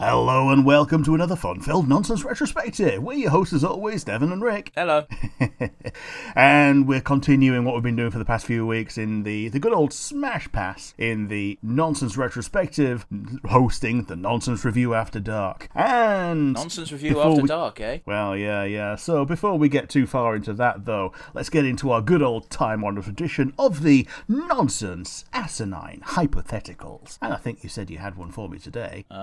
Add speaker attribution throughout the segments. Speaker 1: Hello and welcome to another fun-filled nonsense retrospective. We're your hosts as always, Devon and Rick,
Speaker 2: Hello.
Speaker 1: and we're continuing what we've been doing for the past few weeks in the the good old smash pass in the nonsense retrospective, hosting the nonsense review after dark. And
Speaker 2: Nonsense review
Speaker 1: Before
Speaker 2: after
Speaker 1: we-
Speaker 2: dark, eh?
Speaker 1: well, yeah, yeah. So before we get too far into that, though, let's get into our good old time-honored tradition of the nonsense, asinine hypotheticals. And I think you said you had one for me today.
Speaker 2: Uh,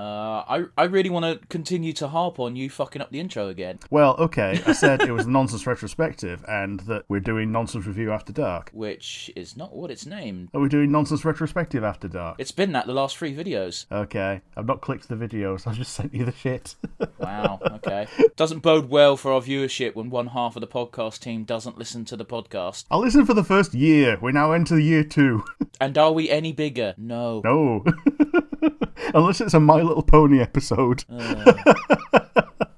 Speaker 2: I I really want to continue to harp on you fucking up the intro again.
Speaker 1: Well, okay, I said it was a nonsense retrospective, and that we're doing nonsense review after dark.
Speaker 2: which is not what it's named.
Speaker 1: Are we doing nonsense retrospective after dark?
Speaker 2: It's been that the last three videos.
Speaker 1: Okay, I've not clicked the video, so I just sent you the shit.
Speaker 2: Wow. Okay. doesn't bode well for our viewership when one half of the podcast team doesn't listen to the podcast.
Speaker 1: I listened for the first year. We're now into year two.
Speaker 2: And are we any bigger? No.
Speaker 1: No. Unless it's a My Little Pony episode.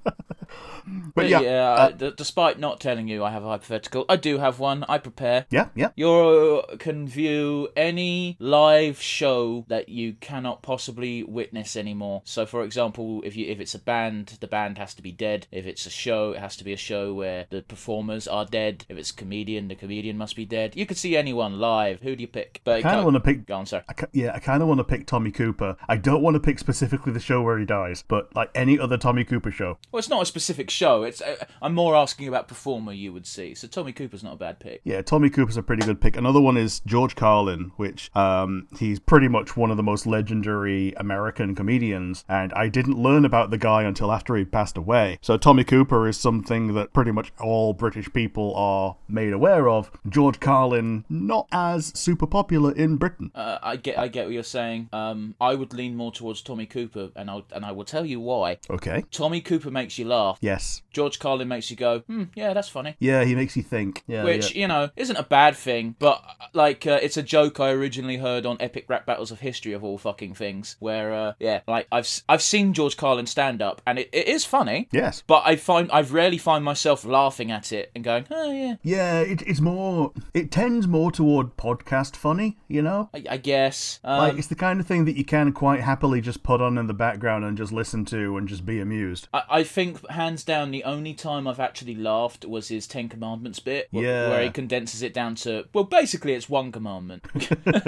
Speaker 1: but yeah, uh, yeah,
Speaker 2: I- d- despite not telling you, I have a hypothetical. I do have one. I prepare.
Speaker 1: yeah, yeah.
Speaker 2: You can view any live show that you cannot possibly witness anymore. So, for example, if you if it's a band, the band has to be dead. If it's a show, it has to be a show where the performers are dead. If it's a comedian, the comedian must be dead. You could see anyone live. Who do you pick? But it
Speaker 1: Kinda
Speaker 2: can't-
Speaker 1: wanna pick-
Speaker 2: Go on, sorry.
Speaker 1: I ki- yeah, I kind of want to pick Tommy Cooper. I don't want to pick specifically the show where he dies, but like any other Tommy Cooper show.
Speaker 2: Well, it's not a specific show. It's uh, I'm more asking about performer you would see. So Tommy Cooper's not a bad pick.
Speaker 1: Yeah, Tommy Cooper's a pretty good pick. Another one is George Carlin, which um, he's pretty much one of the most legendary American comedians. And I didn't learn about the guy until after he passed away. So Tommy Cooper is something that pretty much all British people are made aware of. George Carlin, not as super popular in Britain.
Speaker 2: Uh, I get I get what you're saying. Um, I would lean more towards Tommy Cooper, and I'll and I will tell you why.
Speaker 1: Okay.
Speaker 2: Tommy Cooper makes you laugh.
Speaker 1: Yes.
Speaker 2: George Carlin makes you go, hmm, yeah, that's funny.
Speaker 1: Yeah, he makes you think. Yeah.
Speaker 2: Which,
Speaker 1: Oh, yeah.
Speaker 2: you know, isn't a bad thing, but, uh, like, uh, it's a joke I originally heard on Epic Rap Battles of History of all fucking things, where, uh, yeah, like, I've, s- I've seen George Carlin stand up, and it, it is funny,
Speaker 1: Yes.
Speaker 2: but I find, I rarely find myself laughing at it and going, oh, yeah,
Speaker 1: Yeah, it, it's more. It tends more toward podcast funny, you know?
Speaker 2: I, I guess. Um,
Speaker 1: Like, it's the kind of thing that you can quite happily just put on in the background and just listen to and just be amused.
Speaker 2: I, I think hands down the only time I've actually laughed was his Ten Commandments bit, wh-
Speaker 1: Yeah.
Speaker 2: where he condenses it down to well, basically it's one commandment.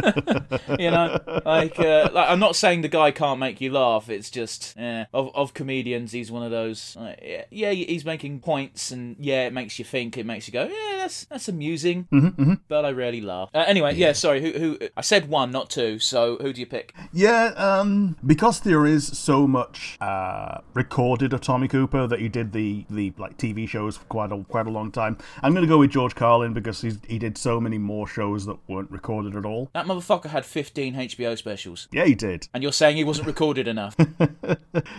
Speaker 2: you know, like, uh, like I'm not saying the guy can't make you laugh. It's just eh, of of comedians, he's one of those. Like, yeah, yeah, he's making points, and yeah, it makes you think. It makes you go, yeah, that's that's amusing. But I rarely laugh. Uh, anyway, yeah. sorry. Who who I said one, not two. So who do you pick?
Speaker 1: Yeah, um, because there is so much uh, recorded of Tommy Cooper that he did the, the like TV shows for quite a quite a long time. I'm gonna go with George Carlin because he's, he did so many more shows that weren't recorded at all.
Speaker 2: That motherfucker had 15 HBO specials,
Speaker 1: Yeah, he did.
Speaker 2: and you're saying he wasn't recorded enough.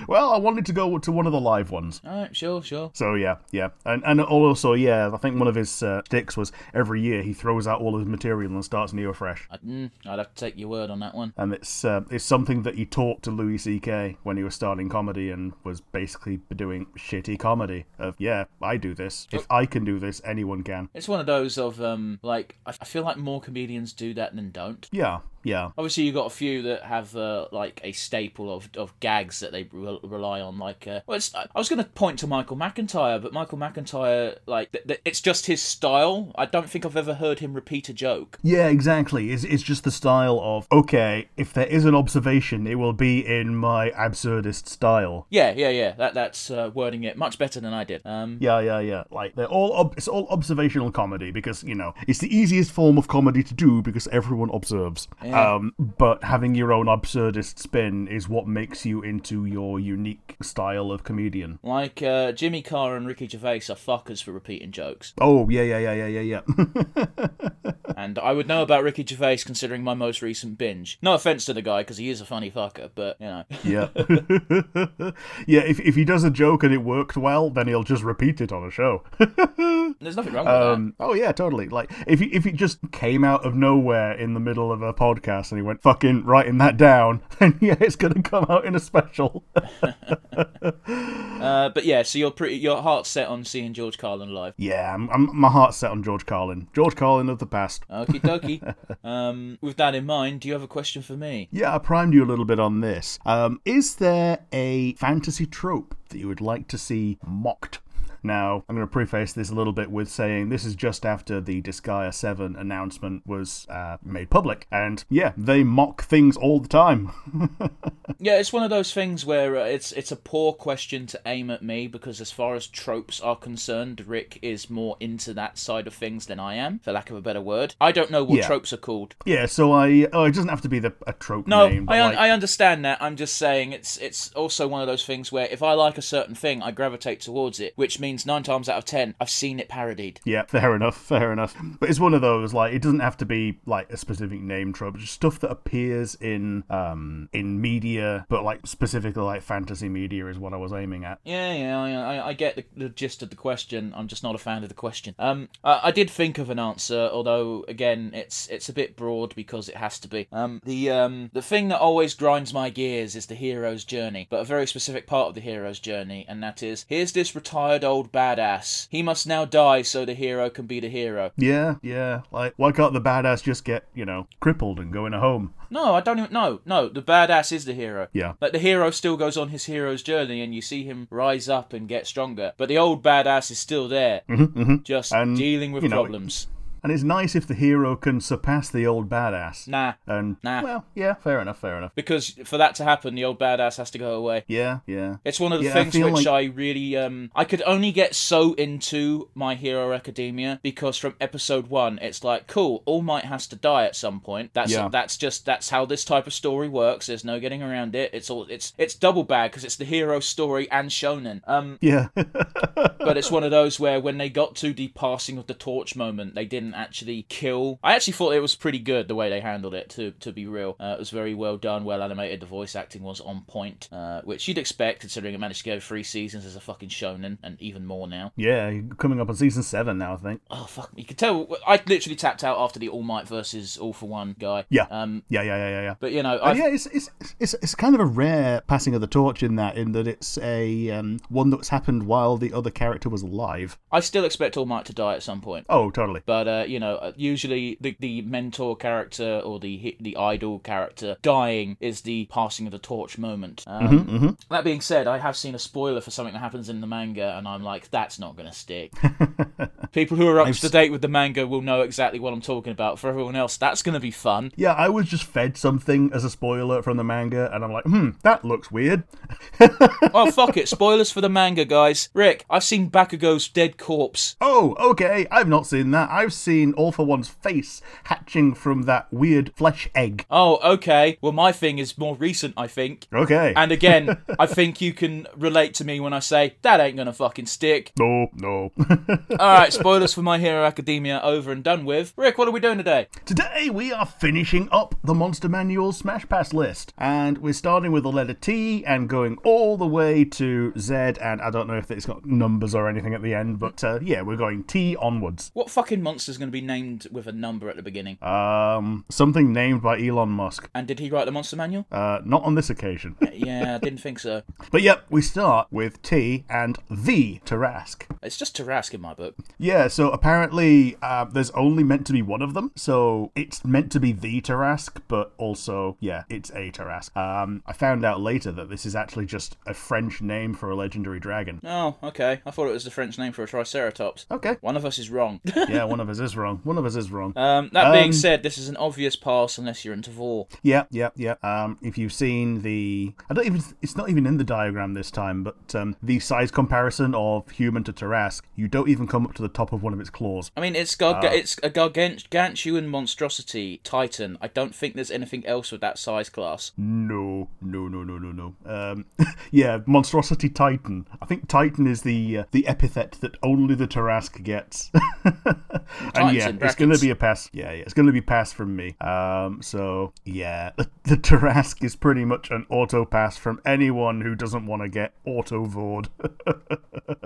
Speaker 1: Well, I wanted to go to one of the live ones.
Speaker 2: All right, sure, sure.
Speaker 1: So yeah, yeah, and and also yeah, I think one of his uh, sticks was every year he throws out all his material and starts new afresh,
Speaker 2: I, mm, I'd have to take your word on that one.
Speaker 1: and it's uh, it's something that he taught to Louis C.K. when he was starting comedy and was basically doing shitty comedy of yeah, I do this. If I can do this, anyone can.
Speaker 2: It's one of those of um, like I I feel like more comedians do that than don't.
Speaker 1: Yeah, yeah,
Speaker 2: Obviously, you got a few that have uh, like a staple of, of gags that they re- rely on. Like, uh, well, it's, I I was going to point to Michael McIntyre, but Michael McIntyre, like, th- th- it's just his style. I don't think I've ever heard him repeat a joke.
Speaker 1: yeah. Exactly. It's it's just the style of okay, if there is an observation, it will be in my absurdist style.
Speaker 2: Yeah, yeah, yeah. That that's uh, wording it much better than I did. Um,
Speaker 1: Yeah, yeah, yeah. Like they're all ob- it's all observational comedy because you know it's the easiest form of comedy to do because everyone observes. Um, but having your own absurdist spin is what makes you into your unique style of comedian.
Speaker 2: Like uh, Jimmy Carr and Ricky Gervais are fuckers for repeating jokes.
Speaker 1: Oh yeah, yeah, yeah, yeah, yeah, yeah.
Speaker 2: And I would know about Ricky Gervais considering my most recent binge. No offense to the guy, because he is a funny fucker, but you know.
Speaker 1: yeah, yeah. If if he does a joke and it worked well, then he'll just repeat it on a show.
Speaker 2: There's nothing wrong with
Speaker 1: Um, oh yeah, totally. Like if he, if it just came out of nowhere in the middle of a podcast and he went fucking writing that down, then yeah, it's gonna come out in a special.
Speaker 2: that. Uh, but yeah, so you're pretty, your heart's set on seeing George Carlin live.
Speaker 1: yeah, I'm, I'm, my heart's set on George Carlin. George Carlin of the past.
Speaker 2: Okay, Okie dokie. um, with that in mind, do you have a question for me?
Speaker 1: Yeah, I primed you a little bit on this. Um, is there a fantasy trope that you would like to see mocked? Now, I'm going to preface this a little bit with saying this is just after the Disgaea 7 announcement was uh, made public. And yeah, they mock things all the time.
Speaker 2: Yeah, it's one of those things where uh, it's it's a poor question to aim at me because as far as tropes are concerned, Rick is more into that side of things than I am, for lack of a better word. I don't know what
Speaker 1: Yeah.
Speaker 2: tropes are called.
Speaker 1: yeah, so I. Oh, it doesn't have to be the, a trope
Speaker 2: No,
Speaker 1: name. but
Speaker 2: I, un-
Speaker 1: like-
Speaker 2: I understand that. I'm just saying it's it's also one of those things where if I like a certain thing, I gravitate towards it, which means nine times out of ten, I've seen it parodied.
Speaker 1: Yeah, fair enough, fair enough. But it's one of those like it doesn't have to be like a specific name trope, just stuff that appears in um in media, but like specifically like fantasy media is what I was aiming at.
Speaker 2: Yeah, yeah, I, I, I get the, the gist of the question. I'm just not a fan of the question. Um, I, I did think of an answer, although again, it's it's a bit broad because it has to be. Um, the um the thing that always grinds my gears is the hero's journey, but a very specific part of the hero's journey, and that is here's this retired old badass. He must now die so the hero can be the hero.
Speaker 1: Yeah, yeah. Like why can't the badass just get, you know, crippled and go in a home?
Speaker 2: No, I don't even. No, no, the badass is the hero.
Speaker 1: Yeah.
Speaker 2: Like the hero still goes on his hero's journey, and you see him rise up and get stronger. But the old badass is still there, just
Speaker 1: And,
Speaker 2: dealing with
Speaker 1: you know,
Speaker 2: problems.
Speaker 1: mm-hmm, And it's nice if the hero can surpass the old badass.
Speaker 2: Nah,
Speaker 1: And
Speaker 2: Nah.
Speaker 1: well, yeah, fair enough, fair enough.
Speaker 2: because for that to happen, the old badass has to go away.
Speaker 1: Yeah, yeah.
Speaker 2: It's one of the
Speaker 1: Yeah, I
Speaker 2: things
Speaker 1: feel
Speaker 2: which
Speaker 1: like-
Speaker 2: I really um I could only get so into My Hero Academia because from episode 1 it's like cool All Might has to die at some point. That's
Speaker 1: Yeah.
Speaker 2: that's just that's how this type of story works. There's no getting around it. It's all it's it's double bad because it's the hero story and shonen. Um
Speaker 1: Yeah.
Speaker 2: but it's one of those where when they got to the passing of the torch moment, they didn't actually kill. I actually thought it was pretty good the way they handled it. To to be real, uh, it was very well done, well animated. The voice acting was on point, uh, which you'd expect considering it managed to go three seasons as a fucking shonen, and even more now.
Speaker 1: yeah, coming up on season seven now, I think.
Speaker 2: Oh fuck, you can tell. I literally tapped out after the All Might versus All for One guy.
Speaker 1: Yeah.
Speaker 2: Um.
Speaker 1: Yeah, yeah, yeah, yeah, yeah.
Speaker 2: But you know,
Speaker 1: And
Speaker 2: I
Speaker 1: yeah, it's, it's it's it's kind of a rare passing of the torch in that, in that it's a um, one that's happened while the other character was alive.
Speaker 2: I still expect All Might to die at some point.
Speaker 1: Oh, totally.
Speaker 2: But uh, you know, uh, usually the, the mentor character or the the idol character dying is the passing of the torch moment. Um, That being said, I have seen a spoiler for something that happens in the manga, and I'm like, that's not going to stick. People who are up to date with the manga will know exactly what I'm talking about. For everyone else, that's going to be fun.
Speaker 1: Yeah, I was just fed something as a spoiler from the manga, and I'm like, hmm, that looks weird.
Speaker 2: oh fuck it, spoilers for the manga, guys. Rick, I've seen Bakugo's dead corpse.
Speaker 1: Oh, okay, I've not seen that. I've seen All for One's face hatching from that weird flesh egg.
Speaker 2: Oh, okay. Well, my thing is more recent, I think.
Speaker 1: Okay.
Speaker 2: And again, I think you can relate to me when I say that ain't gonna fucking stick.
Speaker 1: no, no.
Speaker 2: All right, spoilers for My Hero Academia over and done with. Rick, what are we doing today?
Speaker 1: Today we are finishing up the Monster Manual Smash Pass list, and we're starting with the letter T and going all the way to Z, and I don't know if it's got numbers or anything at the end, but uh, yeah, we're going T onwards.
Speaker 2: What fucking monster's going to be named with a number at the beginning?
Speaker 1: Um, something named by Elon Musk.
Speaker 2: And did he write the monster manual?
Speaker 1: Uh, not on this occasion.
Speaker 2: yeah, I didn't think so.
Speaker 1: But yep, we start with T and the Tarask.
Speaker 2: It's just Tarask in my book.
Speaker 1: Yeah, so apparently uh, there's only meant to be one of them, so it's meant to be the Tarask, but also, yeah, it's a Tarask. Um, I found out later that this is actually just a French name for a legendary dragon.
Speaker 2: Oh, okay. I thought it was the French name for a Triceratops.
Speaker 1: Okay.
Speaker 2: One of us is wrong.
Speaker 1: Yeah, one of us is wrong. One of us is wrong.
Speaker 2: um, that being
Speaker 1: Um,
Speaker 2: said, this is an obvious pass unless you're into Vor.
Speaker 1: Yeah, yeah, yeah. Um, if you've seen the, I don't even. It's not even in the diagram this time, but um, the size comparison of human to Tarask, you don't even come up to the top of one of its claws.
Speaker 2: I mean, it's
Speaker 1: Uh.
Speaker 2: garga- it's a gargantuan monstrosity, Titan. I don't think there's anything else with that size class.
Speaker 1: No, no, no, no, no, no. Um, yeah, monstrosity Titan. I think Titan is the uh, the epithet that only the Tarask gets. and
Speaker 2: Titan's
Speaker 1: yeah,
Speaker 2: in
Speaker 1: it's going to
Speaker 2: brackets.
Speaker 1: be a pass. Yeah, yeah, it's going to be pass from me. Um, so yeah, the, the Tarask is pretty much an auto pass from anyone who doesn't want to get auto vored.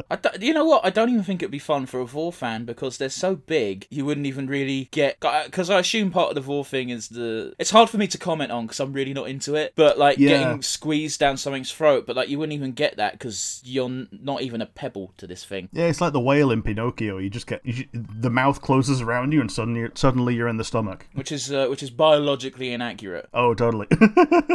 Speaker 2: I don't- you know what? I don't even think it'd be fun for a Vor fan because they're so big. You wouldn't even really get because I assume part of the Vor thing is the. It's hard for me to comment on because I'm really not into it. But like
Speaker 1: Yeah.
Speaker 2: getting squeezed down something's throat, but like you wouldn't even get that because you're n- not even a pebble to this thing.
Speaker 1: yeah, it's like the whale in Pinocchio. You just get you, ju- the mouth closes around you, and suddenly suddenly you're in the stomach.
Speaker 2: which is uh, which is biologically inaccurate.
Speaker 1: Oh, totally.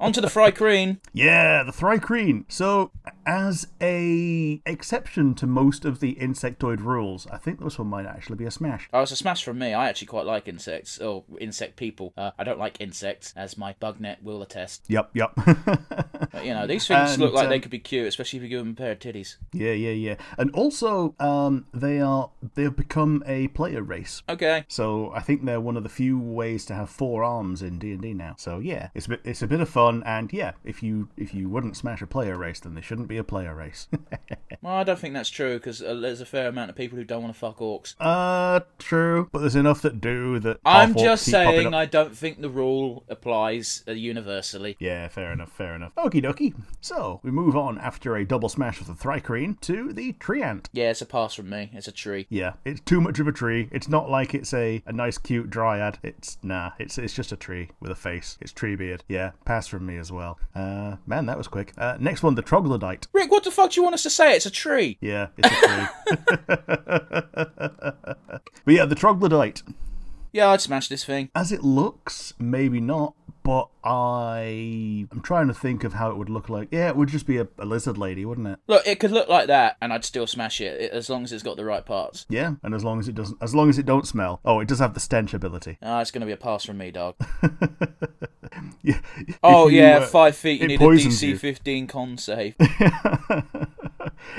Speaker 2: Onto the fry cream.
Speaker 1: Yeah, the Thrycreen. So, as a exception to most of the insectoid rules, I think this one might actually be a smash.
Speaker 2: Oh, it's a smash from me. I actually quite like insects, or insect people. Uh, I don't like insects, as my bug net will attest.
Speaker 1: Yep, yep.
Speaker 2: But, you know, these things
Speaker 1: And,
Speaker 2: look like they
Speaker 1: um,
Speaker 2: could be cute, especially if you give them a pair of titties.
Speaker 1: yeah, yeah, yeah. And also, um, they are they have become a player race.
Speaker 2: Okay.
Speaker 1: So I think they're one of the few ways to have four arms in D and D now. So yeah, it's a bit it's a bit of fun. And yeah, if you if you wouldn't smash a player race, then they shouldn't be a player race.
Speaker 2: Well, I don't think that's true because uh, there's a fair amount of people who don't want to fuck orcs.
Speaker 1: uh, true. But there's enough that do that.
Speaker 2: I'm
Speaker 1: half orcs
Speaker 2: just
Speaker 1: keep popping up.
Speaker 2: saying, I don't think the rule applies uh, universally.
Speaker 1: Yeah, fair enough, fair enough. Okie dokie. So, we move on after a double smash of the Thrycreen to the Treant.
Speaker 2: Yeah, it's a pass from me. It's a tree.
Speaker 1: Yeah, it's too much of a tree. It's not like it's a, a nice, cute dryad. It's, nah, it's it's just a tree with a face. It's tree beard. Yeah, pass from me as well. Uh, man, that was quick. Uh, next one, the Troglodyte.
Speaker 2: Rick, what the fuck do you want us to say? It's a tree.
Speaker 1: Yeah, it's a tree. but yeah, the Troglodyte.
Speaker 2: Yeah, I'd smash this thing.
Speaker 1: As it looks, maybe not, but I... I'm trying to think of how it would look like. Yeah, it would just be a, a lizard lady, wouldn't it?
Speaker 2: Look, it could look like that, and I'd still smash it i- as long as it's got the right parts.
Speaker 1: Yeah, and as long as it doesn't, as long as it don't smell. Oh, it does have the stench ability.
Speaker 2: Ah, it's gonna be a pass from me, dog.
Speaker 1: Yeah,
Speaker 2: Oh
Speaker 1: if you,
Speaker 2: yeah,
Speaker 1: uh,
Speaker 2: five feet. You
Speaker 1: it
Speaker 2: need a
Speaker 1: poisons
Speaker 2: DC
Speaker 1: you.
Speaker 2: 15 con save.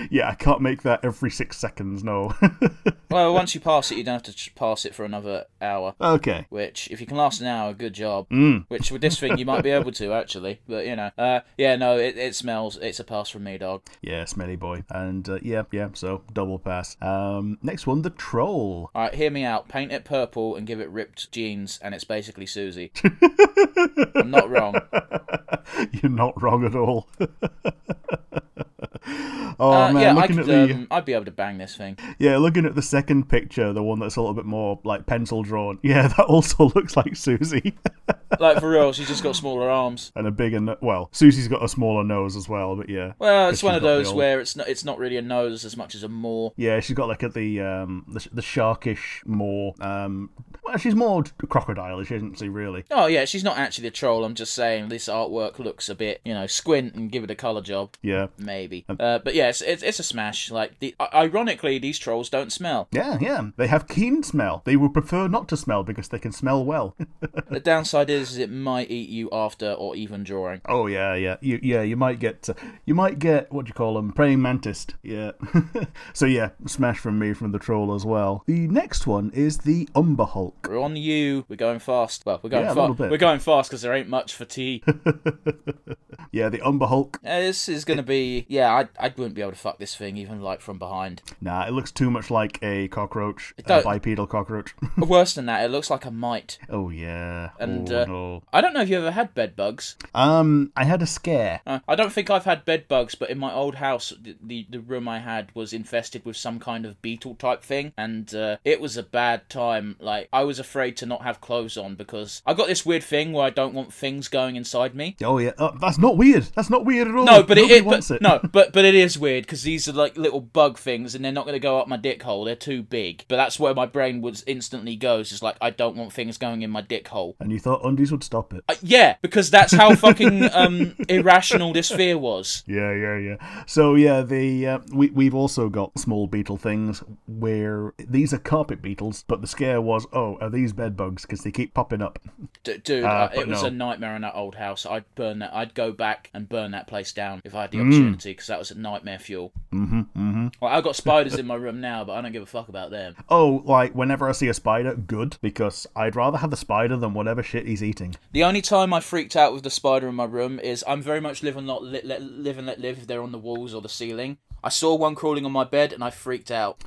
Speaker 1: yeah, I can't make that every six seconds. No.
Speaker 2: well, once you pass it, you don't have to ch- pass it for another hour.
Speaker 1: okay.
Speaker 2: Which, if you can last an hour, good job. Mm. Which with this thing, you might be able to actually. But you know, uh, yeah, no, it, it smells. It's a pass from me, dog.
Speaker 1: Yeah, smelly boy. And uh, yeah, yeah. So double pass. Um, next one, the troll.
Speaker 2: All right, hear me out. Paint it purple and give it ripped jeans, and it's basically Susie. I'm not wrong.
Speaker 1: You're not wrong at all. oh
Speaker 2: Uh,
Speaker 1: man,
Speaker 2: yeah, I
Speaker 1: looking
Speaker 2: could,
Speaker 1: at the
Speaker 2: um, I'd be able to bang this thing.
Speaker 1: yeah, looking at the second picture, the one that's a little bit more like pencil drawn. Yeah, that also looks like Susie.
Speaker 2: Like for real, she's just got smaller arms.
Speaker 1: and a bigger no- well susie's got a smaller nose as well but yeah
Speaker 2: Well,
Speaker 1: Because
Speaker 2: it's one
Speaker 1: she's
Speaker 2: of
Speaker 1: got the
Speaker 2: those
Speaker 1: old-
Speaker 2: where it's not, it's not really a nose as much as a maw.
Speaker 1: yeah she's got like a, the um the, sh- the sharkish more um well she's more t- crocodilish isn't she really
Speaker 2: Oh yeah, she's not actually a troll. I'm just saying this artwork looks a bit, you know, squint and give it a color job,
Speaker 1: yeah
Speaker 2: maybe.
Speaker 1: Um,
Speaker 2: Uh, but yeah, it's, it's it's a smash. Like the i- ironically, these trolls don't smell.
Speaker 1: yeah yeah they have keen smell they would prefer not to smell because they can smell well
Speaker 2: The downside is, is it might eat you after or even during.
Speaker 1: oh yeah yeah you, yeah you might get uh, you might get what do you call them praying mantis yeah so yeah smash from me from the troll as well the next one is the umber hulk
Speaker 2: We're on you. We're going fast. Well, we're going
Speaker 1: Yeah, a
Speaker 2: fast.
Speaker 1: little bit.
Speaker 2: We're going fast because there ain't much for tea.
Speaker 1: yeah the umber hulk
Speaker 2: Uh, this is gonna be yeah. I I wouldn't be able to fuck this thing even like from behind.
Speaker 1: nah it looks too much like a cockroach a
Speaker 2: don't-
Speaker 1: bipedal cockroach
Speaker 2: Worse than that, it looks like a mite.
Speaker 1: Oh yeah.
Speaker 2: And,
Speaker 1: oh,
Speaker 2: uh,
Speaker 1: no.
Speaker 2: I don't know if you ever had bed bugs.
Speaker 1: Um, I had a scare.
Speaker 2: Uh, I don't think I've had bed bugs, but in my old house, the, the the room I had was infested with some kind of beetle type thing, and uh, it was a bad time. Like I was afraid to not have clothes on because I got this weird thing where I don't want things going inside me.
Speaker 1: Oh yeah. Oh, that's not weird. That's not weird at all.
Speaker 2: No, but it,
Speaker 1: Oh, Nobody
Speaker 2: it,
Speaker 1: wants
Speaker 2: but,
Speaker 1: it.
Speaker 2: no, but but it is weird because these are like little bug things, and they're not going to go up my dick hole. They're too big. But that's where my brain was instantly goes. It's like I don't want things going in my dick hole.
Speaker 1: And you thought undies would stop it.
Speaker 2: Uh, yeah, because that's how fucking um, irrational this fear was.
Speaker 1: Yeah, yeah, yeah. So yeah, the uh, we we've also got small beetle things where these are carpet beetles, but the scare was, oh, are these bed bugs? Because they keep popping up.
Speaker 2: D- dude, uh,
Speaker 1: Uh,
Speaker 2: it
Speaker 1: but
Speaker 2: was
Speaker 1: no.
Speaker 2: a nightmare in that old house. I'd burn that. I'd go back and burn that place down if I had the opportunity, because that was a nightmare fuel. Mm-hmm, mm-hmm. Well, I've got spiders in my room now, but I don't give a fuck about them.
Speaker 1: Oh, like whenever I see a spider, good because I'd rather have the spider than whatever shit he's eating.
Speaker 2: The only time I freaked out with the spider in my room is I'm very much live and let, let, let live and let live. If they're on the walls or the ceiling, I saw one crawling on my bed and I freaked out.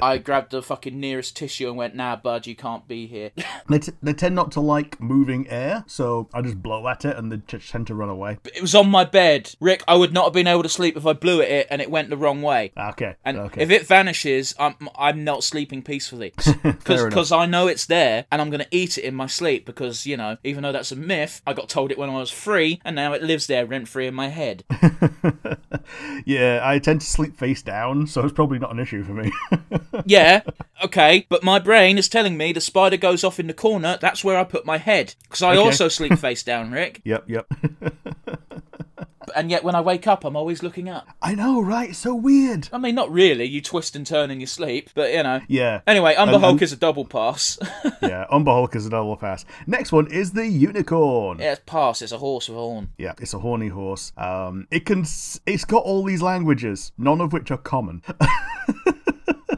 Speaker 2: I grabbed the fucking nearest tissue and went, "Nah, bud, you can't be here."
Speaker 1: They, t- they tend not to like moving air, so I just blow at it and they t- tend to run away.
Speaker 2: it was on my bed, Rick. I would not have been able to sleep if I blew at it and it went the wrong way.
Speaker 1: Okay.
Speaker 2: And
Speaker 1: okay.
Speaker 2: if it vanishes, I'm I'm not sleeping peacefully
Speaker 1: Fair enough.
Speaker 2: because I know it's there, and I'm going to eat it in my sleep because you know, even though that's a myth, I got told it when I was free, and now it lives there rent free in my head.
Speaker 1: Yeah, I tend to to sleep face down, so it's probably not an issue for me.
Speaker 2: Yeah, okay, but my brain is telling me the spider goes off in the corner. That's where I put my head because I also sleep face down, Rick.
Speaker 1: yep, yep.
Speaker 2: And yet when I wake up, I'm always looking up.
Speaker 1: I know, right? It's so weird.
Speaker 2: I mean, not really. You twist and turn in your sleep, but you know.
Speaker 1: Yeah.
Speaker 2: Anyway, Umber
Speaker 1: And-
Speaker 2: Hulk
Speaker 1: and-
Speaker 2: is a double pass.
Speaker 1: yeah, Umber Hulk is a double pass. Next one is the unicorn.
Speaker 2: yeah, it's pass. It's a horse with a horn.
Speaker 1: Yeah, it's a horny horse. Um, it can. s- It's got all these languages, none of which are common.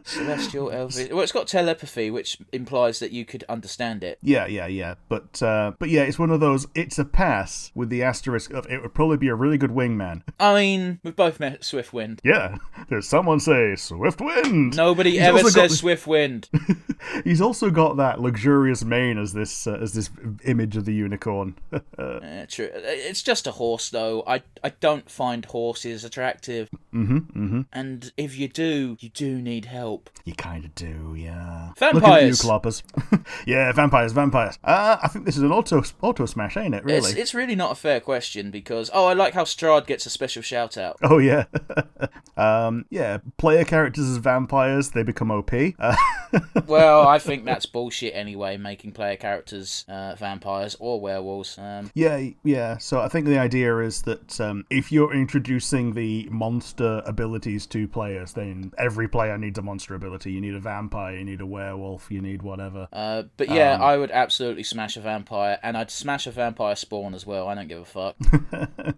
Speaker 2: Celestial Elvis. Well, it's got telepathy, which implies that you could understand it.
Speaker 1: yeah, yeah, yeah. But uh, but yeah, it's one of those. It's a pass with the asterisk of it would probably be a really good wingman.
Speaker 2: I mean, we've both met Swift Wind.
Speaker 1: Yeah, there's someone say swift wind.
Speaker 2: Nobody
Speaker 1: He's
Speaker 2: ever
Speaker 1: also got
Speaker 2: says
Speaker 1: the-
Speaker 2: Swift Wind.
Speaker 1: He's also got that luxurious mane as this uh, as this image of the unicorn.
Speaker 2: Uh, true. It's just a horse, though. I I don't find horses attractive. Mm-hmm, mm-hmm. And if you do, you do need help.
Speaker 1: You kind of do, yeah. Looking at you,
Speaker 2: Vampires.
Speaker 1: cloppers. yeah, vampires, vampires. Uh, I think this is an auto auto smash, ain't it? Really?
Speaker 2: It's it's really not a fair question because oh, I like how Strahd gets a special shout out.
Speaker 1: Oh yeah, um, yeah. Player characters as vampires, they become OP. Uh,
Speaker 2: well, I think that's bullshit anyway. Making player characters uh, vampires or werewolves. Um,
Speaker 1: yeah, yeah. So I think the idea is that um, if you're introducing the monster abilities to players, then every player needs a monster ability. You need a vampire, you need a werewolf, you need whatever.
Speaker 2: Uh, but yeah,
Speaker 1: Um,
Speaker 2: I would absolutely smash a vampire, and I'd smash a vampire spawn as well. I don't give a fuck.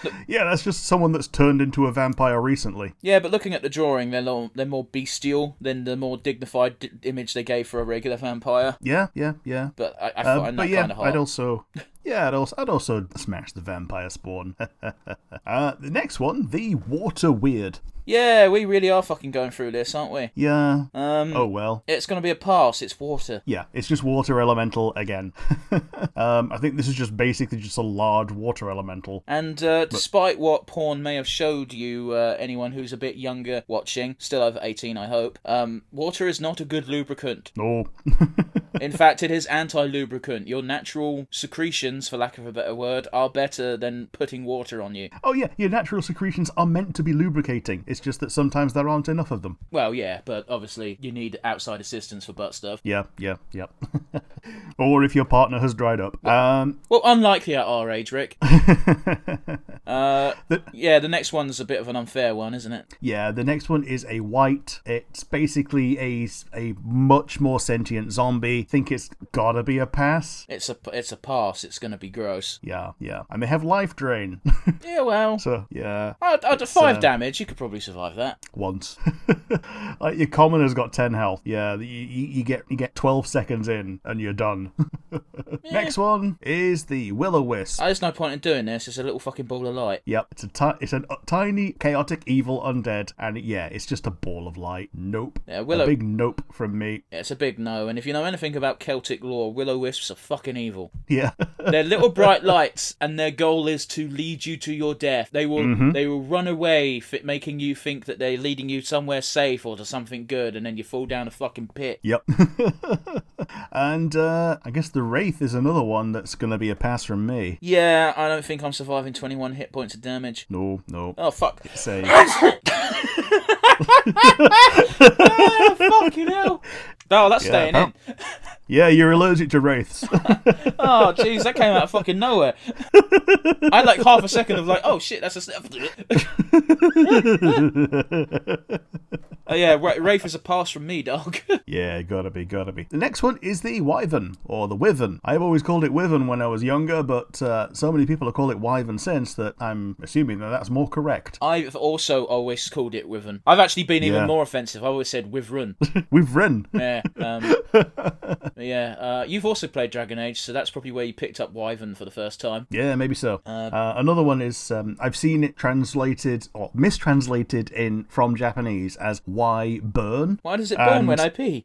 Speaker 1: Yeah, that's just someone that's turned into a vampire recently.
Speaker 2: yeah, but looking at the drawing, they're lo- they're more bestial than the more dignified d- image they gave for a regular vampire.
Speaker 1: Yeah, yeah, yeah.
Speaker 2: But I, I
Speaker 1: Uh,
Speaker 2: find
Speaker 1: but
Speaker 2: that
Speaker 1: yeah,
Speaker 2: kind of hot.
Speaker 1: I'd also yeah, I'd also I'd also smash the vampire spawn. uh, the next one, the water weird.
Speaker 2: Yeah, we really are fucking going through this, aren't we?
Speaker 1: Yeah.
Speaker 2: Um,
Speaker 1: oh well.
Speaker 2: it's gonna be a pass. It's water.
Speaker 1: Yeah, it's just water elemental again. um, I think this is just basically just a large water elemental.
Speaker 2: And uh, despite what porn may have showed you, uh, anyone who's a bit younger watching, still over 18, I hope, um, water is not a good lubricant.
Speaker 1: Oh,
Speaker 2: In fact, it is anti lubricant. Your natural secretions, for lack of a better word, are better than putting water on you.
Speaker 1: oh yeah, your natural secretions are meant to be lubricating. It's just that sometimes there aren't enough of them.
Speaker 2: Well, yeah, but obviously you need outside assistance for butt stuff.
Speaker 1: Yeah, yeah, yeah. or if your partner has dried up. Um,
Speaker 2: Well, unlikely at our age, Rick. uh, yeah, the next one's a bit of an unfair one, isn't it?
Speaker 1: yeah, the next one is a white. It's basically a a much more sentient zombie. Think it's gotta be a pass.
Speaker 2: It's a it's a pass. It's going to be gross.
Speaker 1: Yeah, yeah. And they have life drain.
Speaker 2: Yeah, well,
Speaker 1: so yeah.
Speaker 2: I'd, I'd five
Speaker 1: uh,
Speaker 2: damage. You could probably survive that.
Speaker 1: once. like your commoner's got ten health. Yeah, you, you, you get you get twelve seconds in and you're done. Next one is the will o wisp.
Speaker 2: Uh, There's no point in doing this. It's a little fucking ball of light.
Speaker 1: Yep, it's a ti- it's a tiny chaotic evil undead, and yeah, it's just a ball of light. Nope.
Speaker 2: Yeah, will-o-
Speaker 1: a big nope from me.
Speaker 2: Yeah, it's a big no. And if you know anything about Celtic lore, willow wisps are fucking evil.
Speaker 1: Yeah,
Speaker 2: They're little bright lights, and their goal is to lead you to your death. They will they will run away, f- making you think that they're leading you somewhere safe or to something good, and then you fall down a fucking pit.
Speaker 1: yep. and uh, I guess the wraith is another one that's gonna be a pass from me.
Speaker 2: Yeah, I don't think I'm surviving 21 hit points of damage.
Speaker 1: No, no.
Speaker 2: Oh fuck!
Speaker 1: Say
Speaker 2: Fucking hell! Oh, that's staying in.
Speaker 1: yeah, you're allergic to wraiths.
Speaker 2: Oh jeez, that came out of fucking nowhere. I had like half a second of like, oh shit, that's a snap. oh yeah, Ra- Rafe is a pass from me, dog.
Speaker 1: Yeah, gotta be, gotta be. The next one is the Wyvern, or the Wyvern. I've always called it Wyvern when I was younger, but uh, so many people have called it Wyvern since that I'm assuming that that's more correct.
Speaker 2: I've also always called it Wyvern. I've actually been even
Speaker 1: Yeah.
Speaker 2: more offensive. I always said Wyvern.
Speaker 1: We've run.
Speaker 2: yeah, um, yeah. Uh, you've also played Dragon Age, so that's probably where you picked up Wyvern for the first time.
Speaker 1: Yeah, maybe so. Uh, another one is um, I've seen it translated or mistranslated in from Japanese as "why burn."
Speaker 2: Why does it burn
Speaker 1: And-
Speaker 2: when I pee?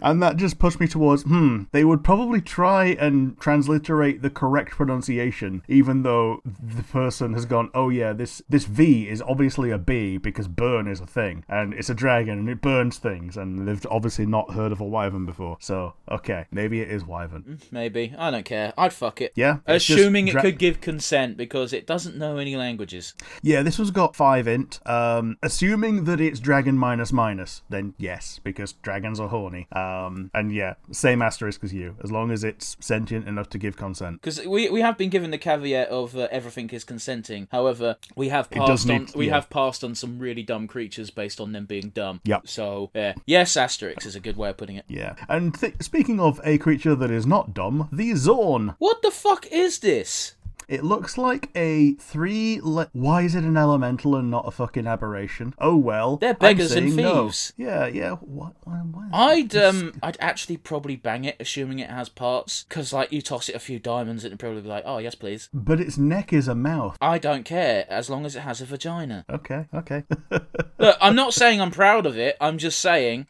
Speaker 1: and that just pushed me towards hmm they would probably try and transliterate the correct pronunciation even though the person has gone oh yeah this this v is obviously a b because burn is a thing and it's a dragon and it burns things and they've obviously not heard of a wyvern before so okay maybe it is
Speaker 2: Mm.
Speaker 1: wyvern
Speaker 2: Maybe. I don't care. I'd fuck it.
Speaker 1: Yeah, it's just
Speaker 2: Assuming it
Speaker 1: dra-
Speaker 2: could give consent because it doesn't know any languages.
Speaker 1: yeah this one's got five int um assuming that it's dragon minus minus then yes because dragons are horny um and yeah same asterisk as you as long as it's sentient enough to give consent
Speaker 2: Because we, we have been given the caveat of uh, everything is consenting. However, we have
Speaker 1: does
Speaker 2: passed on
Speaker 1: need-
Speaker 2: we
Speaker 1: yeah.
Speaker 2: have passed on some really dumb creatures based on them being dumb.
Speaker 1: Yep.
Speaker 2: So yeah, yes, asterisk is a good way of putting it.
Speaker 1: Yeah. And th- speaking of a creature that is not dumb, the Zorn.
Speaker 2: What the fuck is this?
Speaker 1: It looks like a three. Le- Why is it an elemental and not a fucking aberration? Oh well.
Speaker 2: They're
Speaker 1: I'm
Speaker 2: beggars and
Speaker 1: saying no.
Speaker 2: thieves.
Speaker 1: Yeah, yeah. What? Why? why-
Speaker 2: I'd um I'd actually probably bang it, assuming it has parts. Because like you toss it a few diamonds, it'd probably be like, oh yes please.
Speaker 1: But its neck is a mouth.
Speaker 2: I don't care as long as it has a vagina.
Speaker 1: Okay, okay.
Speaker 2: Look, I'm not saying I'm proud of it. I'm just saying,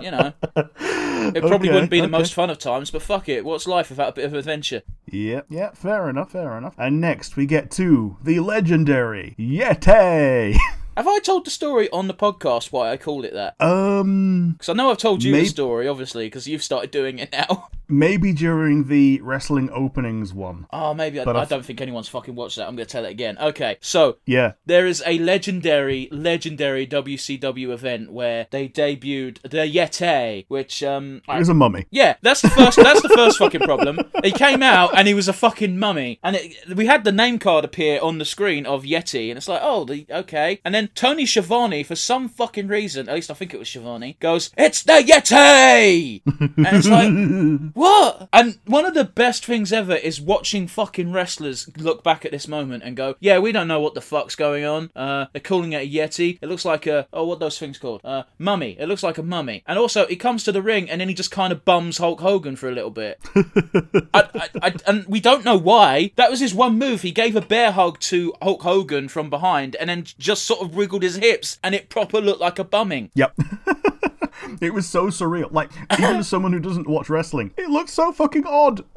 Speaker 2: you know, it probably
Speaker 1: Okay,
Speaker 2: wouldn't be the
Speaker 1: okay.
Speaker 2: most fun of times, but fuck it. What's life without a bit of adventure?
Speaker 1: yep, yep. Fair enough, fair enough. And next we get to the legendary Yeti.
Speaker 2: Have I told the story on the podcast why I called it that?
Speaker 1: um,
Speaker 2: Because I know I've told you
Speaker 1: Maybe-
Speaker 2: the story, obviously, because you've started doing it now.
Speaker 1: maybe during the wrestling openings one.
Speaker 2: Oh, maybe I,
Speaker 1: But
Speaker 2: I
Speaker 1: I-
Speaker 2: don't think anyone's fucking watched that. I'm going to tell it again. Okay, so
Speaker 1: Yeah,
Speaker 2: There is a legendary, legendary WCW event where they debuted the Yeti, which um,
Speaker 1: it
Speaker 2: I-
Speaker 1: was a mummy.
Speaker 2: yeah, that's the first, that's the first fucking problem. He came out and he was a fucking mummy, and it, we had the name card appear on the screen of Yeti, and it's like, oh, the, okay. And then Tony Schiavone, for some fucking reason, at least I think it was Schiavone, goes, it's the Yeti, and it's like. What? And one of the best things ever is watching fucking wrestlers look back at this moment and go, "Yeah, we don't know what the fuck's going on. Uh, they're calling it a yeti. It looks like a oh, what are those things called? Uh, mummy. It looks like a mummy." And also, he comes to the ring and then he just kind of bums Hulk Hogan for a little bit. I, I, I, and we don't know why. That was his one move. He gave a bear hug to Hulk Hogan from behind and then just sort of wriggled his hips, and it proper looked like a bumming.
Speaker 1: Yep. it was so surreal. Like, even as someone who doesn't watch wrestling, it looked so fucking odd.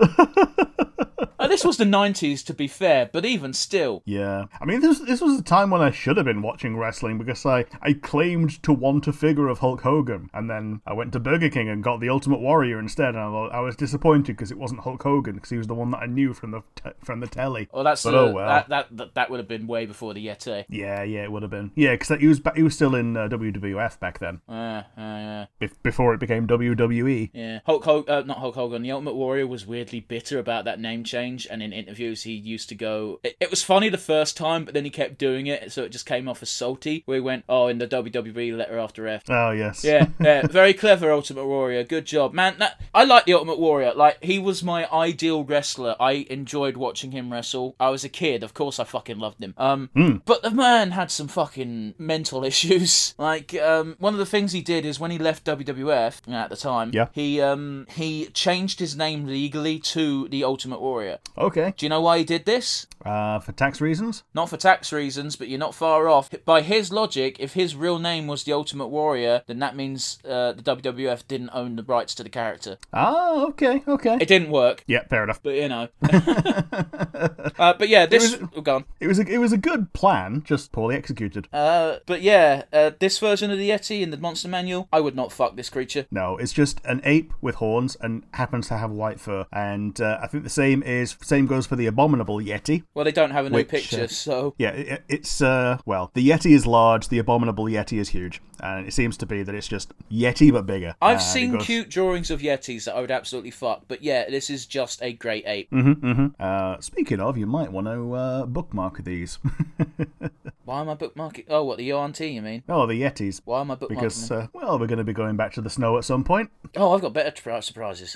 Speaker 2: Uh, this was the '90s, to be fair, but even still.
Speaker 1: yeah. I mean, this this was a time when I should have been watching wrestling because I, I claimed to want a figure of Hulk Hogan. And then I went to Burger King and got the Ultimate Warrior instead. And I, wa- I was disappointed because it wasn't Hulk Hogan because he was the one that I knew from the, te- from the telly.
Speaker 2: Well, that's
Speaker 1: But
Speaker 2: the,
Speaker 1: oh well.
Speaker 2: that, that that that would have been way before the Yeti.
Speaker 1: yeah, yeah, it would have been. Yeah, because he was ba- he was still in uh, WWF back then,
Speaker 2: Uh, uh, yeah,
Speaker 1: bef- before it became E. WWE.
Speaker 2: yeah. Hulk Hogan, uh, not Hulk Hogan. The Ultimate Warrior was weirdly bitter about that name change, and in interviews he used to go. It, it was funny the first time, but then he kept doing it, so it just came off as salty. Where he went, oh, in the WWE letter after F.
Speaker 1: Oh, yes.
Speaker 2: Yeah, yeah, very clever Ultimate Warrior. Good job, man. That, I like the Ultimate Warrior. Like he was my ideal wrestler. I enjoyed watching him wrestle. I was a kid, of course. I fucking loved him. Um, but the man had some fucking mental issues. Like um, one of the things he did is when he left WWF at the time,
Speaker 1: Yeah.
Speaker 2: he um he changed his name legally to the Ultimate Warrior.
Speaker 1: Okay.
Speaker 2: Do you know why he did this?
Speaker 1: Uh, for tax reasons?
Speaker 2: Not for tax reasons, but you're not far off. By his logic, if his real name was the Ultimate Warrior, then that means uh, the WWF didn't own the rights to the character.
Speaker 1: Ah, okay, okay.
Speaker 2: It didn't work,
Speaker 1: Yeah, fair enough.
Speaker 2: but you know. uh, but yeah, this.
Speaker 1: was-
Speaker 2: Oh, go on.
Speaker 1: It was a it was a good plan, just poorly executed.
Speaker 2: Uh, but yeah, uh, this version of the Yeti in the Monster Manual, I would not fuck this creature.
Speaker 1: no, it's just an ape with horns and happens to have white fur. And uh, I think the same is same goes for the abominable yeti.
Speaker 2: Well, they don't have a new
Speaker 1: Which, uh,
Speaker 2: picture, so.
Speaker 1: Yeah, i i- it's uh well, the yeti is large, the abominable yeti is huge, and it seems to be that it's just yeti but bigger.
Speaker 2: I've
Speaker 1: And it
Speaker 2: seen
Speaker 1: goes-
Speaker 2: cute drawings of Yetis that I would absolutely fuck, but yeah, this is just a great ape.
Speaker 1: Uh, speaking of, you might want to uh, bookmark these.
Speaker 2: Why am I bookmarking? Oh, what, the YRT, you mean?
Speaker 1: oh, the yetis.
Speaker 2: Why am I bookmarking?
Speaker 1: Because
Speaker 2: them?
Speaker 1: uh, well, we're going to be going back to the snow at some point.
Speaker 2: Oh, I've got better tri- surprises.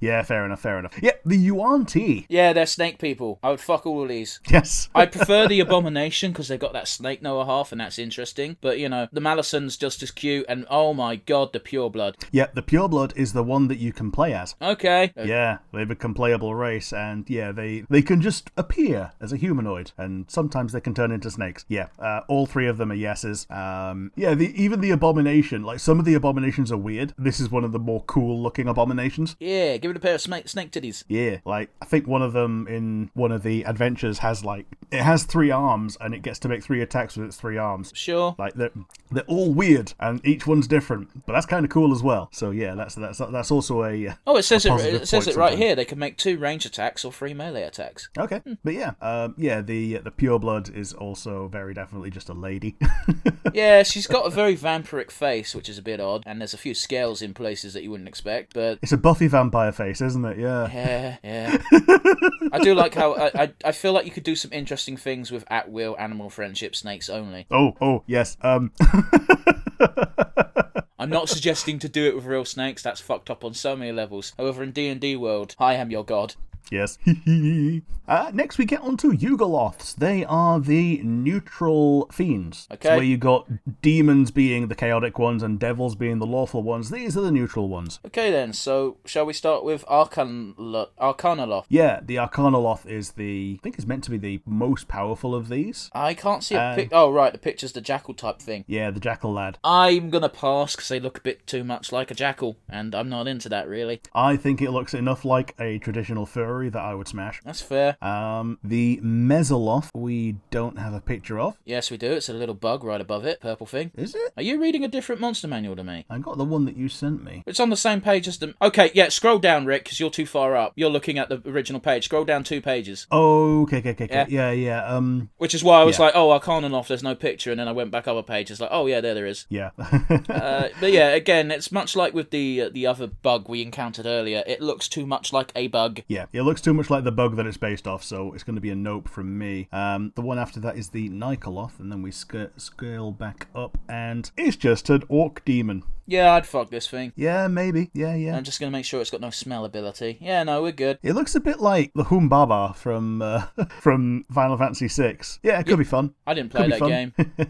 Speaker 1: Yeah, fair enough, fair enough. Yeah, the Yuan T.
Speaker 2: Yeah, they're snake people. I would fuck all of these.
Speaker 1: Yes.
Speaker 2: I prefer the Abomination because they've got that snake Noah half, and that's interesting. But you know, the Malison's just as cute, and oh my god, the pure blood.
Speaker 1: yeah, the pure blood is the one that you can play as.
Speaker 2: Okay.
Speaker 1: Yeah, they become playable race, and yeah, they they can just appear as a humanoid, and sometimes they can turn into snakes. Yeah, uh, all three of them are yeses. Um, yeah, the, even the abomination, like some of the abominations are weird. This is one of the more cool looking abominations.
Speaker 2: Yeah, give it a pair of snake snake titties.
Speaker 1: Yeah, like I think one of them in one of the adventures has like it has three arms, and it gets to make three attacks with its three arms.
Speaker 2: Sure.
Speaker 1: Like they're they're all weird, and each one's different, but that's kind of cool as well. So yeah, that's that's that's also a uh,
Speaker 2: Oh, it says it,
Speaker 1: positive
Speaker 2: it says
Speaker 1: point
Speaker 2: it right
Speaker 1: sometimes.
Speaker 2: here. They can make two range attacks or three melee attacks.
Speaker 1: Okay, but yeah, um, yeah, the the pure blood is also very definitely just a lady.
Speaker 2: Yeah, she's got a very vampiric face, which is a bit odd, and there's a few scales in places that you wouldn't expect. But
Speaker 1: it's a Buffy vampire face, isn't it? Yeah,
Speaker 2: yeah, yeah. I do like how I, I I feel like you could do some interesting things with at will animal friendship snakes only.
Speaker 1: Oh, oh, yes. Um,
Speaker 2: I'm not suggesting to do it with real snakes. That's fucked up on so many levels. However, in D and D world, I am your god.
Speaker 1: yes. uh, next, we get onto Yugoloths. They are the neutral fiends. It's
Speaker 2: Okay.
Speaker 1: where you got demons being the chaotic ones and devils being the lawful ones. These are the neutral ones.
Speaker 2: Okay then. So shall we start with Arcan Arcanoloth?
Speaker 1: Yeah, the Arcanoloth is the I think it's meant to be the most powerful of these.
Speaker 2: I can't see a pic. Oh right, the picture's the jackal type thing.
Speaker 1: Yeah, the jackal lad.
Speaker 2: I'm gonna pass because they look a bit too much like a jackal, and I'm not into that really.
Speaker 1: I think it looks enough like a traditional furry that I would smash.
Speaker 2: That's fair.
Speaker 1: Um, the Mesoloth, we don't have a picture of.
Speaker 2: Yes, we do. It's a little bug right above it, purple thing.
Speaker 1: Is it?
Speaker 2: Are you reading a different monster manual to me?
Speaker 1: I got the one that you sent me.
Speaker 2: It's on the same page as the. Okay, yeah, scroll down, Rick, because you're too far up. You're looking at the original page. Scroll down two pages.
Speaker 1: Okay, okay, okay, okay. Yeah,
Speaker 2: Yeah.
Speaker 1: yeah. Um,
Speaker 2: Which is why I was
Speaker 1: Yeah.
Speaker 2: like, oh, Arcanoloth, there's no picture. And then I went back up a page. It's like, oh, yeah, there there is.
Speaker 1: yeah.
Speaker 2: Uh, but yeah, again, it's much like with the uh, the other bug we encountered earlier. It looks too much like a bug.
Speaker 1: yeah, it looks too much like the bug that it's based off, so it's going to be a nope from me. Um, the one after that is the Nikoloth, and then we sc- scale back up, and it's just an orc demon.
Speaker 2: Yeah, I'd fuck this thing.
Speaker 1: Yeah, maybe. Yeah, yeah.
Speaker 2: I'm just gonna make sure it's got no smell ability. Yeah, no, we're good.
Speaker 1: it looks a bit like the Humbaba from uh, from Final Fantasy VI. Yeah, it could be fun.
Speaker 2: I didn't play
Speaker 1: Could be
Speaker 2: that
Speaker 1: fun.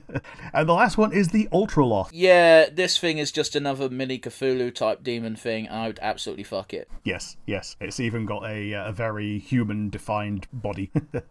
Speaker 2: game.
Speaker 1: and the last one is the Ultraloth.
Speaker 2: Yeah, this thing is just another mini Cthulhu type demon thing, and I would absolutely fuck it.
Speaker 1: Yes, yes. It's even got a, uh, a very human defined body.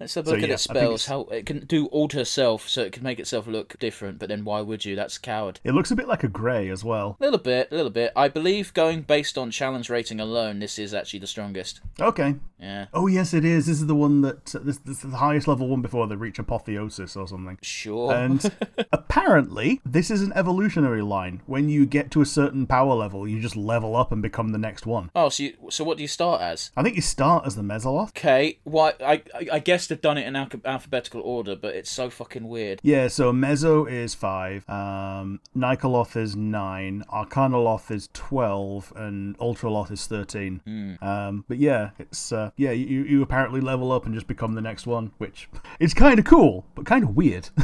Speaker 2: Let's have a look
Speaker 1: yeah, I think
Speaker 2: at its spells. How it can do alter self, so it can make itself look different. But then why would you? That's coward.
Speaker 1: it looks a bit like a grey as well.
Speaker 2: Little bit, little bit. I believe going based on challenge rating alone, this is actually the strongest.
Speaker 1: Okay.
Speaker 2: Yeah,
Speaker 1: Oh, yes, it is. This is the one that. uh, This, this is the highest level one before they reach apotheosis or something.
Speaker 2: sure.
Speaker 1: And apparently, this is an evolutionary line. When you get to a certain power level, you just level up and become the next one.
Speaker 2: oh, so you, so what do you start as?
Speaker 1: I think you start as the Mesoloth.
Speaker 2: Okay, why? I I- I guess they've done it in alch- alphabetical order, but it's so fucking weird.
Speaker 1: Yeah, so Mezzo is 5, um, Nikoloth is 9, Arcanoloth is 12, and Ultraloth is 13. Um, but yeah, it's uh, yeah, you, you apparently level up and just become the next one, which is kind of cool, but kind of weird.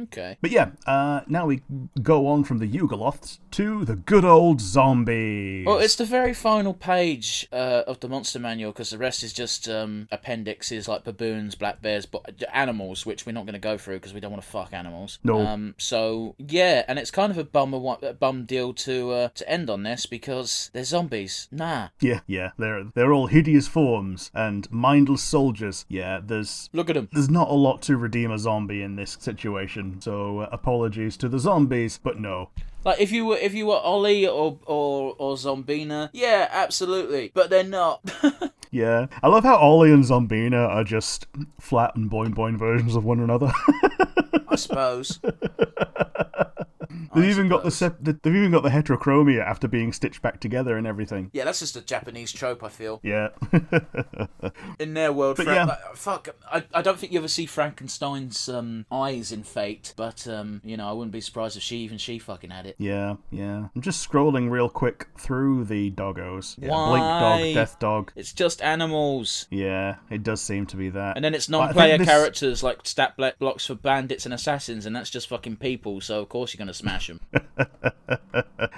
Speaker 2: Okay.
Speaker 1: but yeah, uh, now we go on from the Yugoloths to the good old zombies.
Speaker 2: Well, it's the very final page uh, of the monster manual because the rest is just um, appendixes like baboons, black bears, but uh, animals, which we're not going to go through because we don't want to fuck animals.
Speaker 1: No.
Speaker 2: Um, so yeah, and it's kind of a bum a wa- a bum deal to uh, to end on this because they're zombies. Nah.
Speaker 1: yeah, yeah, they're they're all hideous forms and mindless soldiers. Yeah, there's
Speaker 2: Look at them.
Speaker 1: There's not a lot to redeem a zombie in this situation, so uh, apologies to the zombies, but no.
Speaker 2: Like if you were if you were Ollie or or or Zombina, yeah, absolutely. But they're not.
Speaker 1: Yeah. I love how Ollie and Zombina are just flat and boing boing versions of one another.
Speaker 2: I suppose.
Speaker 1: they've even got the, sep- the they've even got the heterochromia after being stitched back together and everything.
Speaker 2: Yeah, that's just a Japanese trope. I feel.
Speaker 1: Yeah.
Speaker 2: in their world. Fra-
Speaker 1: yeah.
Speaker 2: like, fuck, I, I don't think you ever see Frankenstein's um, eyes in Fate, but um, you know I wouldn't be surprised if she even she fucking had it.
Speaker 1: yeah, yeah. I'm just scrolling real quick through the doggos. Yeah. Blink
Speaker 2: Why?
Speaker 1: dog, death dog.
Speaker 2: It's just animals,
Speaker 1: Yeah, it does seem to be that.
Speaker 2: and then it's
Speaker 1: But I think
Speaker 2: non-player
Speaker 1: this-
Speaker 2: characters like stat bla- blocks for bandits and assassins, and that's just fucking people. So of course you're gonna smash smash them.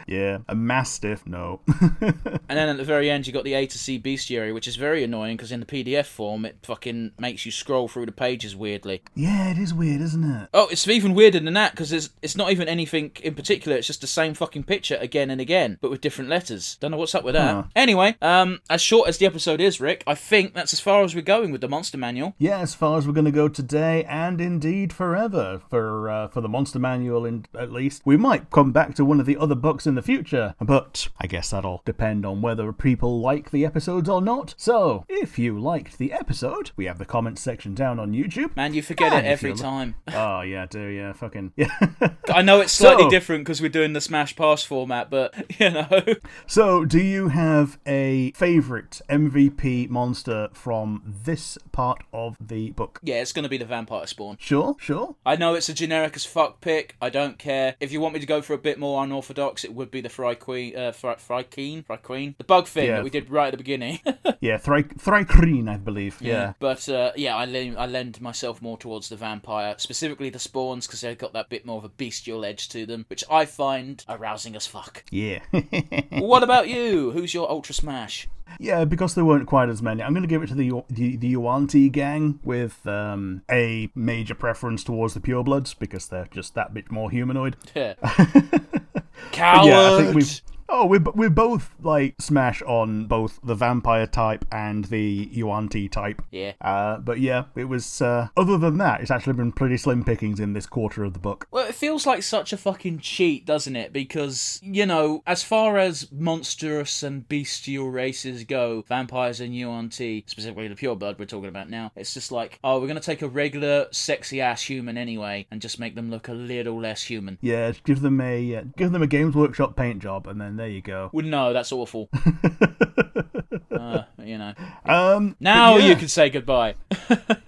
Speaker 1: yeah, a mastiff. No,
Speaker 2: And then at the very end, you got the A to C bestiary, which is very annoying because in the PDF form, it fucking makes you scroll through the pages weirdly.
Speaker 1: yeah, it is weird, isn't it?
Speaker 2: Oh, it's even weirder than that because it's, it's not even anything in particular. It's just the same fucking picture again and again, but with different letters. Don't know what's up with that.
Speaker 1: Huh.
Speaker 2: Anyway, um, as short as the episode is, Rick, I think that's as far as we're going with the Monster Manual.
Speaker 1: Yeah, as far as we're going to go today, and indeed forever for uh, for the Monster Manual, in, at least we might come back to one of the other books in the future. But I guess that'll depend on whether people like the episodes or not. So, if you liked the episode, we have the comments section down on YouTube.
Speaker 2: Man, you forget
Speaker 1: And
Speaker 2: it
Speaker 1: if
Speaker 2: every
Speaker 1: you-
Speaker 2: time.
Speaker 1: Oh yeah, I do yeah, fucking yeah.
Speaker 2: I know it's slightly
Speaker 1: So-
Speaker 2: different because we're doing the smash pass format, but you know,
Speaker 1: So, do you have a favorite MVP monster from this part of the book?
Speaker 2: yeah, it's gonna be the vampire spawn.
Speaker 1: Sure, sure.
Speaker 2: I know it's a generic as fuck pick. I don't care. If you want me to go for a bit more unorthodox, it would be the Fry Queen, uh, Fry, Fry Queen, Fry Queen, the bug thing
Speaker 1: Yeah.
Speaker 2: that we did right at the beginning.
Speaker 1: Yeah, Thry- Thrycreen, I believe. Yeah.
Speaker 2: But uh, yeah, I lend, I lend myself more towards the vampire, specifically the spawns, because they've got that bit more of a bestial edge to them, which I find arousing as fuck.
Speaker 1: Yeah.
Speaker 2: what about you? Who's your ultra smash?
Speaker 1: yeah, because there weren't quite as many. I'm going to give it to the Yu- the, the Yuan-Ti gang with um, a major preference towards the purebloods because they're just that bit more humanoid.
Speaker 2: Coward.
Speaker 1: Yeah, I think we've. Oh, we're, b- we're both like smash on both the vampire type and the Yuan-Ti type.
Speaker 2: Yeah.
Speaker 1: Uh, but yeah, it was. Uh, other than that, it's actually been pretty slim pickings in this quarter of the book.
Speaker 2: Well, it feels like such a fucking cheat, doesn't it? Because, you know, as far as monstrous and bestial races go, vampires and UNT, specifically the pureblood we're talking about now, it's just like, oh, we're going to take a regular, sexy ass human anyway and just make them look a little less human.
Speaker 1: Yeah, just give them a uh, give them a Games Workshop paint job, and then there you go.
Speaker 2: Well, no, that's awful. uh, you know.
Speaker 1: Um,
Speaker 2: Now
Speaker 1: yeah.
Speaker 2: you can say goodbye.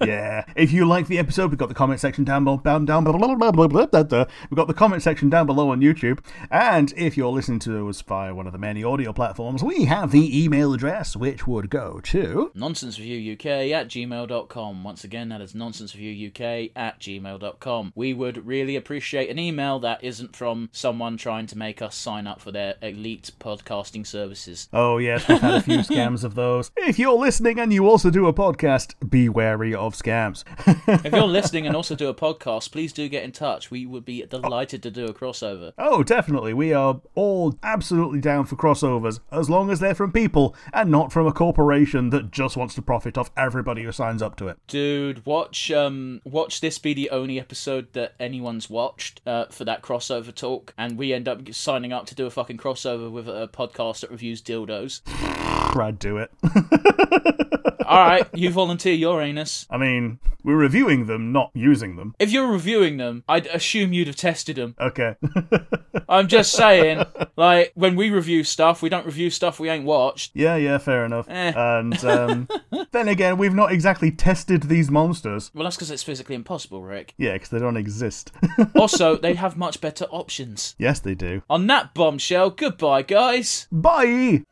Speaker 1: yeah. If you like the episode, we've got the comment section down below. Down, down, blah, blah, blah, blah, blah, blah, blah. We've got the comment section down below on YouTube. And if you're listening to us via one of the many audio platforms, we have the email address, which would go to.
Speaker 2: nonsensereviewuk at gmail.com. Once again, that is nonsensereviewuk at gmail.com. We would really appreciate an email that isn't from someone trying to make us sign up for their elite podcasting services.
Speaker 1: Oh, yes, we've had a few scams of those. If you're listening and you also do a podcast, be wary of scams.
Speaker 2: If you're listening and also do a podcast, please do get in touch. We would be delighted to do a crossover.
Speaker 1: Oh, definitely. We are all absolutely down for crossovers as long as they're from people and not from a corporation that just wants to profit off everybody who signs up to it.
Speaker 2: Dude, watch um watch this be the only episode that anyone's watched uh, for that crossover talk, and we end up signing up to do a fucking crossover with a podcast that reviews dildos.
Speaker 1: Brad, do it.
Speaker 2: All right, you volunteer your anus.
Speaker 1: I mean, we're reviewing them, not using them.
Speaker 2: If you're reviewing them, I'd assume you'd have tested them.
Speaker 1: Okay.
Speaker 2: I'm just saying, like, when we review stuff, we don't review stuff we ain't watched.
Speaker 1: yeah, yeah, fair enough.
Speaker 2: Eh.
Speaker 1: And um, then again, we've not exactly tested these monsters.
Speaker 2: Well, that's because it's physically impossible, Rick.
Speaker 1: Yeah, because they don't exist.
Speaker 2: Also, they have much better options.
Speaker 1: yes, they do.
Speaker 2: On that bombshell, goodbye, guys.
Speaker 1: Bye!